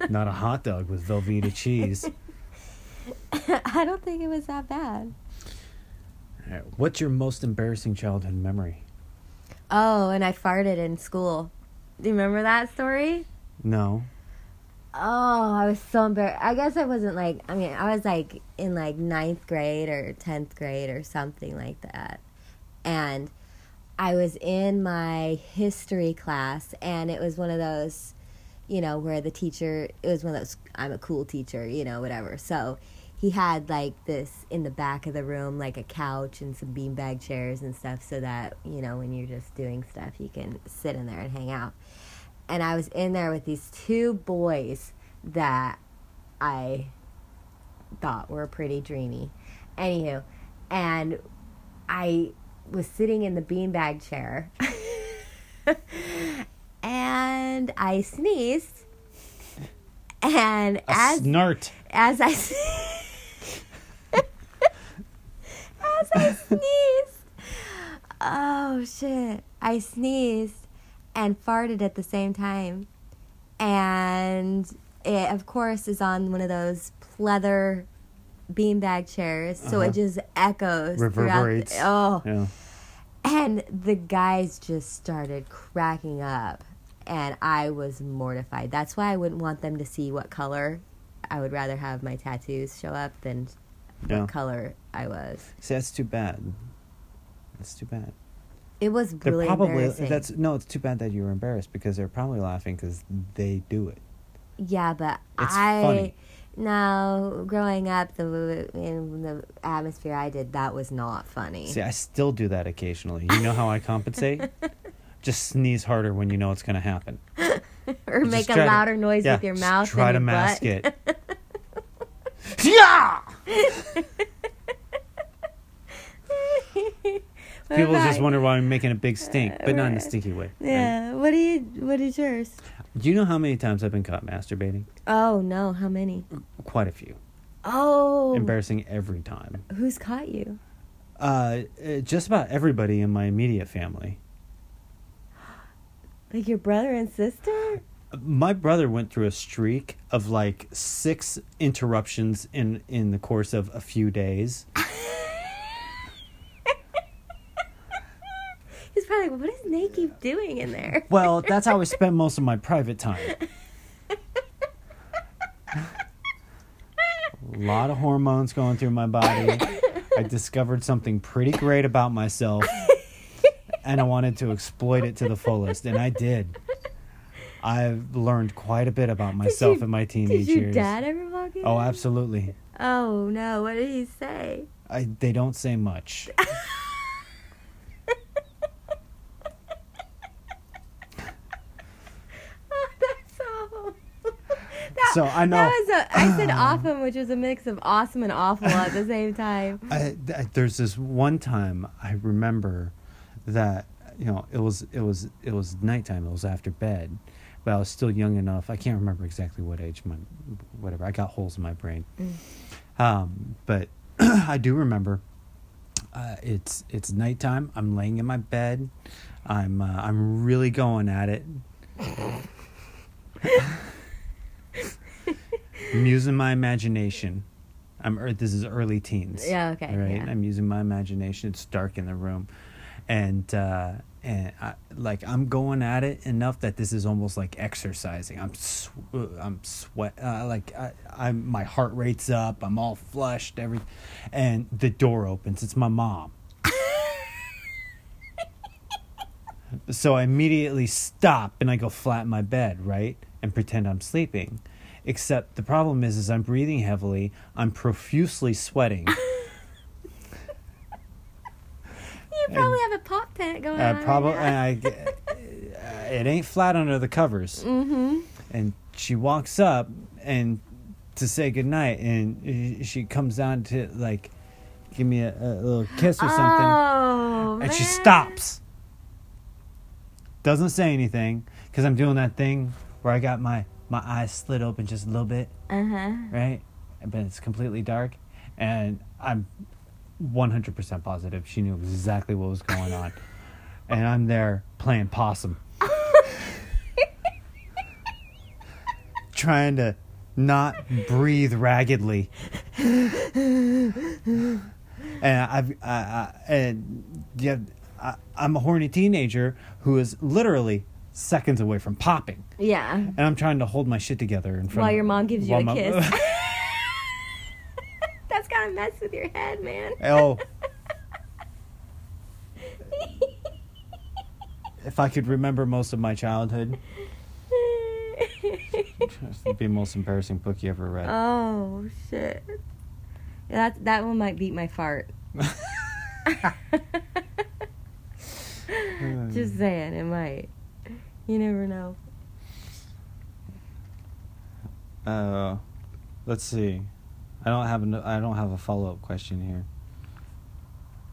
Not a hot dog with Velveeta cheese. I don't think it was that bad. All right, What's your most embarrassing childhood memory? Oh, and I farted in school. Do you remember that story? No. Oh, I was so embarrassed. I guess I wasn't like, I mean, I was like in like ninth grade or 10th grade or something like that. And I was in my history class, and it was one of those, you know, where the teacher, it was one of those, I'm a cool teacher, you know, whatever. So he had like this in the back of the room, like a couch and some beanbag chairs and stuff, so that, you know, when you're just doing stuff, you can sit in there and hang out and I was in there with these two boys that I thought were pretty dreamy. Anywho, and I was sitting in the beanbag chair and I sneezed. And A as snort. as I as I sneezed. Oh shit! I sneezed and farted at the same time, and it of course is on one of those leather beanbag chairs, so Uh-huh. it just echoes throughout. the- Reverberates. oh, Yeah. and the guys just started cracking up, and I was mortified. That's why I wouldn't want them to see what color. I would rather have my tattoos show up than Yeah. what color I was. See, that's too bad. That's too bad. It was They're really probably embarrassing. that's no. It's too bad that you were embarrassed because they're probably laughing because they do it. Yeah, but It's I funny. no growing up the in the atmosphere I did that was not funny. See, I still do that occasionally. You know how I compensate? Just sneeze harder when you know it's going to happen. or You make just a try to- louder noise yeah, with your just mouth. Try to than your mask butt. it. yeah. What People about- just wonder why I'm making a big stink, but not in a right. stinky way. right? Yeah. What do you? What is yours? Do you know how many times I've been caught masturbating? Oh no! How many? Quite a few. Oh. Embarrassing every time. Who's caught you? Uh, uh, just about everybody in my immediate family. Like your brother and sister? my brother went through a streak of like six interruptions in in the course of a few days He's probably like, what is Nate doing in there? well that's how i spent most of my private time a lot of hormones going through my body i discovered something pretty great about myself and i wanted to exploit it to the fullest and i did i've learned quite a bit about myself you- in my teenage Did your years dad ever walk in? oh absolutely Oh no! What did he say? I, they don't say much. Oh, that's awful. That, So, I know- That was a, I said awesome, which was a mix of awesome and awful at the same time. I, th- there's this one time I remember that you know it was it was it was nighttime. It was after bed, but I was still young enough. I can't remember exactly what age my whatever. I got holes in my brain, um, but I do remember. Uh, it's it's nighttime. I'm laying in my bed. I'm uh, I'm really going at it. I'm using my imagination. I'm ear- this is early teens. Yeah, okay, all Right. yeah. I'm using my imagination. It's dark in the room, and uh, and I, like I'm going at it enough that this is almost like exercising. I'm sw- I'm sweat uh, like I, I'm my heart rate's up. I'm all flushed. Everything, and the door opens. It's my mom. So I immediately stop and I go flat in my bed, right? And pretend I'm sleeping. Except the problem is is I'm breathing heavily, I'm profusely sweating. You probably have a pop tent going I on. probably Uh, I uh, it ain't flat under the covers. Mm-hmm. And she walks up and to say goodnight and uh, she comes down to like give me a, a little kiss or something. Oh, and she man. stops. Doesn't say anything because I'm doing that thing where I got my my eyes slit open just a little bit, Uh-huh. right? But it's completely dark, and I'm 100% positive she knew exactly what was going on, and I'm there playing possum, trying to not breathe raggedly. and I've I, I, and yeah, I, I'm a horny teenager who is literally seconds away from popping, Yeah. and I'm trying to hold my shit together in front. While of- your mom gives you while a my- kiss. That's gotta mess with your head, man. oh, if I could remember most of my childhood, this would be the most embarrassing book you ever read. oh shit. Yeah, That that one might beat my fart. Just saying, it might. You never know. Uh, let's see. I don't have an, I don't have a follow up question here.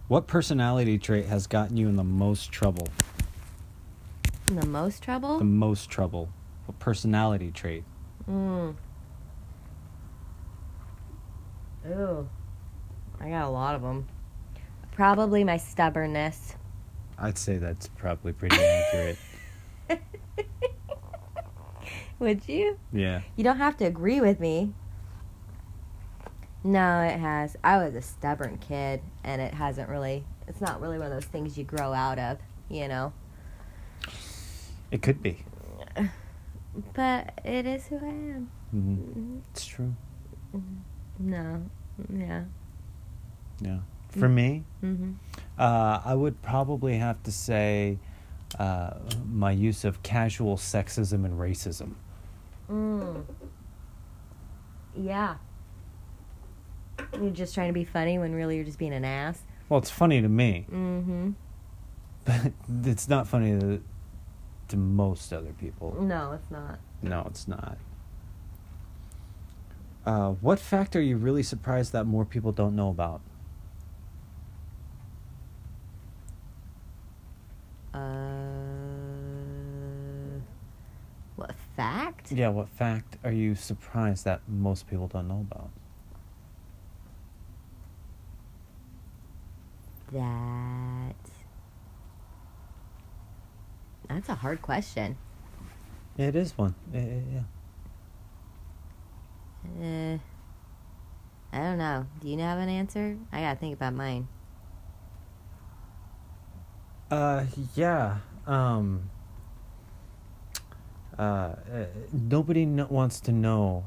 What personality trait has gotten you in the most trouble? The most trouble. The most trouble. What personality trait? Mm. Ooh, I got a lot of them. Probably my stubbornness. I'd say that's probably pretty accurate. Would you? Yeah. You don't have to agree with me. No, it has. I was a stubborn kid, and it hasn't really. It's not really one of those things you grow out of, you know. It could be. But it is who I am. Mm-hmm. Mhm. It's true. No, yeah. Yeah. For me, Mm-hmm. uh, I would probably have to say uh, my use of casual sexism and racism. Mm. Yeah. You're just trying to be funny when really you're just being an ass. Well, it's funny to me, Mm-hmm. but it's not funny to, to most other people. No, it's not. No, it's not. Uh, what fact are you really surprised that more people don't know about? Uh, what fact? Yeah, what fact are you surprised that most people don't know about? That. That's a hard question. It is one. Eh, eh, yeah. Uh, I don't know. Do you have an answer? I gotta think about mine. Uh, yeah. Um, uh, uh, nobody kn- wants to know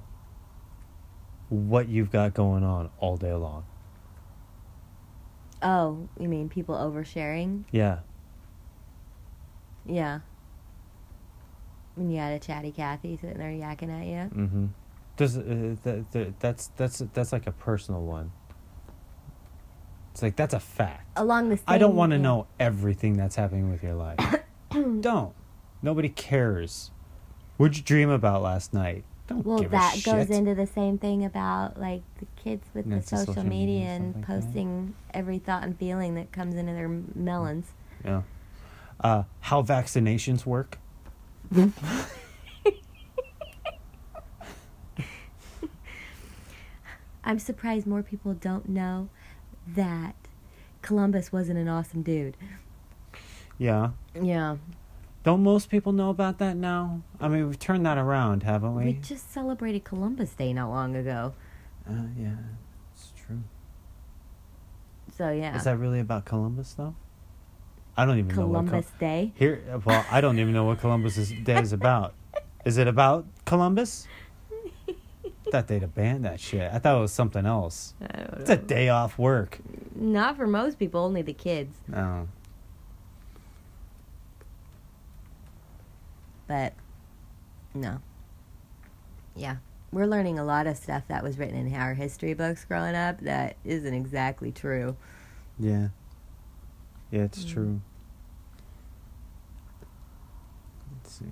what you've got going on all day long. Oh, you mean people oversharing? Yeah. Yeah. When you had a chatty Cathy sitting there yakking at you. Mm-hmm. There's, uh, th- th- that's that's that's like a personal one. It's like that's a fact. Along the same I don't want to yeah. know everything that's happening with your life. don't. Nobody cares. What'd you dream about last night? Don't Well, give that a shit. goes into the same thing about like the kids with Yeah, the it's a social, social media, media, and something like that. posting every thought and feeling that comes into their m- melons. Yeah. Uh, how vaccinations work. I'm surprised more people don't know that Columbus wasn't an awesome dude. Yeah. Yeah. Don't most people know about that now? I mean, we've turned that around, haven't we? We just celebrated Columbus Day not long ago. uh, yeah, it's true. So yeah. Is that really about Columbus, though? I don't even know. Columbus What Col- Day? Here, well, I don't even know what Columbus's Day is about. Is it about Columbus? I thought they'd have banned that shit. I thought it was something else. I don't It's a day off work. Uh, Not for most people, only the kids. No. But no. Yeah. We're learning a lot of stuff that was written in our history books growing up that isn't exactly true. Yeah. Yeah, Mm. it's true. Let's see.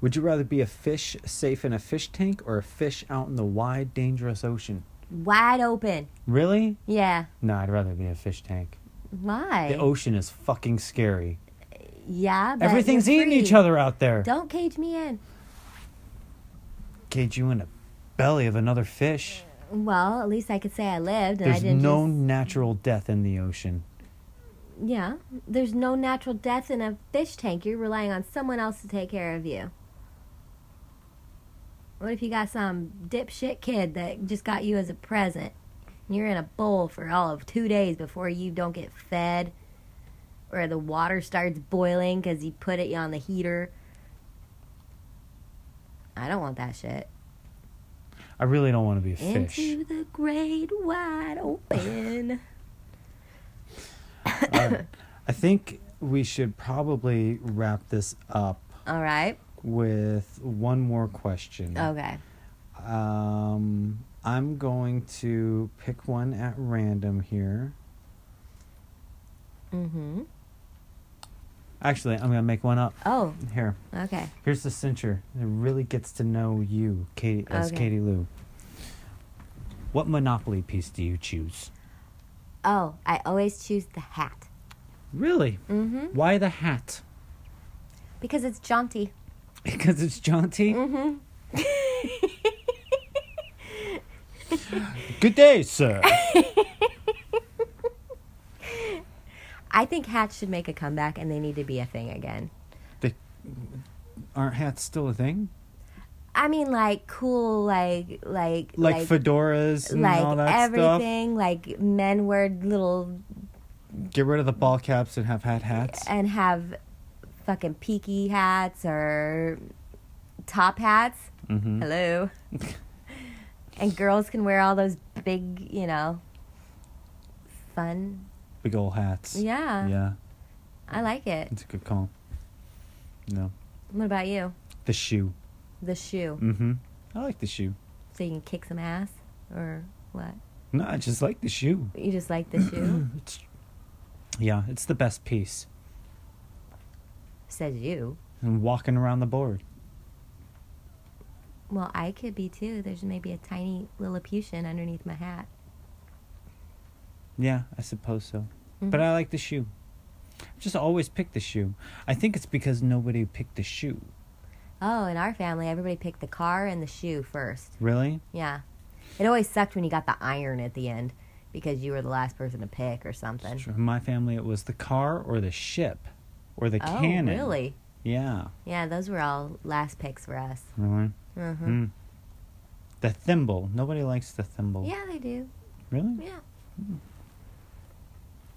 Would you rather be a fish safe in a fish tank or a fish out in the wide, dangerous ocean? Wide open. Really? Yeah. No, I'd rather be in a fish tank. Why? The ocean is fucking scary. yeah, but oh, Everything's you're eating free. each other out there. Don't cage me in. Cage you in the belly of another fish. Well, at least I could say I lived and I There's didn't no just- natural death in the ocean. Yeah. There's no natural death in a fish tank. You're relying on someone else to take care of you. What if you got some dipshit kid that just got you as a present? And you're in a bowl for all of two days before you don't get fed, or the water starts boiling because he put it on the heater. I don't want that shit. I really don't want to be a fish. Into the great wide open. I think we should probably wrap this up all right. with one more question. Okay. Um, I'm going to pick one at random here. Mm-hmm. Actually, I'm going to make one up Oh, here. okay. Here's the cincher. It really gets to know you, Katie, as Okay. Katie Lou. What Monopoly piece do you choose? Oh, I always choose the hat. Really? Mm-hmm. Why the hat? Because it's jaunty. Because it's jaunty. Mm-hmm. Good day, sir. I think hats should make a comeback and they need to be a thing again. Aren't hats still a thing? I mean, like cool, like like Like, fedoras and all like that everything. Like men wear little stuff. Get rid of the ball caps and have hat hats. and have fucking peaky hats or top hats. hmm Hello. and girls can wear all those big, you know, fun. Big old hats. Yeah, Yeah. I like it. It's a good call. No. What about you? The shoe. The shoe, Mm-hmm. I like the shoe. so you can kick some ass, or what? No, I just like the shoe. You just like the shoe? It's, yeah, it's the best piece. Says you. And walking around the board. Well, I could be too. There's maybe a tiny Lilliputian underneath my hat. Yeah, I suppose so. But Mm-hmm. I like the shoe. I've just always picked the shoe. I think it's because nobody picked the shoe. Oh, in our family, everybody picked the car and the shoe first. Really? Yeah. It always sucked when you got the iron at the end because you were the last person to pick or something. In my family, it was the car or the ship or the oh, cannon. really? Yeah. Yeah, those were all last picks for us. Really? hmm Mm. The thimble. Nobody likes the thimble. Yeah, they do. Really? Yeah.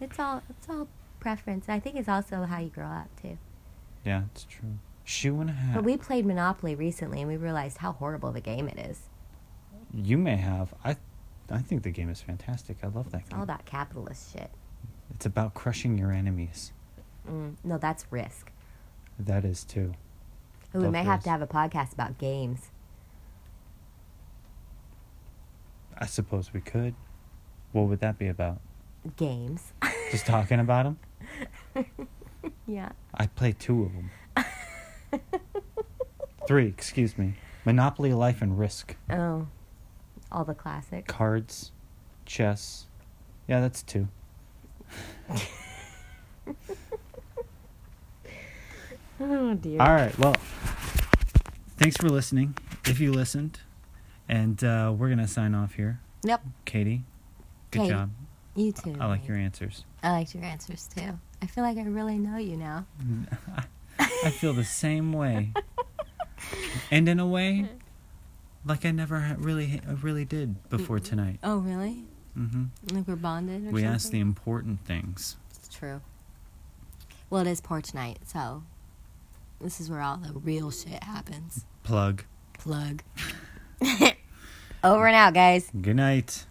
It's all it's all preference. I think it's also how you grow up too. Yeah, it's true. Shoe and a hat. But we played Monopoly recently and we realized how horrible of a game it is. You may have. I, I think the game is fantastic. I love that It's game. all about capitalist shit. It's about crushing your enemies. Mm, no, that's risk. That is too. Ooh, we Love may have Risk. to have a podcast about games. I suppose we could. What would that be about? Games. Just talking about them? yeah. I play two of them. Three, excuse me. Monopoly, Life, and Risk. Oh, all the classics. Cards, chess. Yeah, that's two. Oh dear. All right. Well, thanks for listening. If you listened, and uh, we're gonna sign off here. Yep. Katie, good Katie. job. You too. I like your answers. I liked your answers too. I feel like I really know you now. I feel the same way, and in a way, like I never ha- really, I really did before tonight. Oh really? hmm Like we're bonded. Or We asked the important things. It's true. Well, it is porch night, so this is where all the real shit happens. Plug. Plug. Over and out, guys. Good night.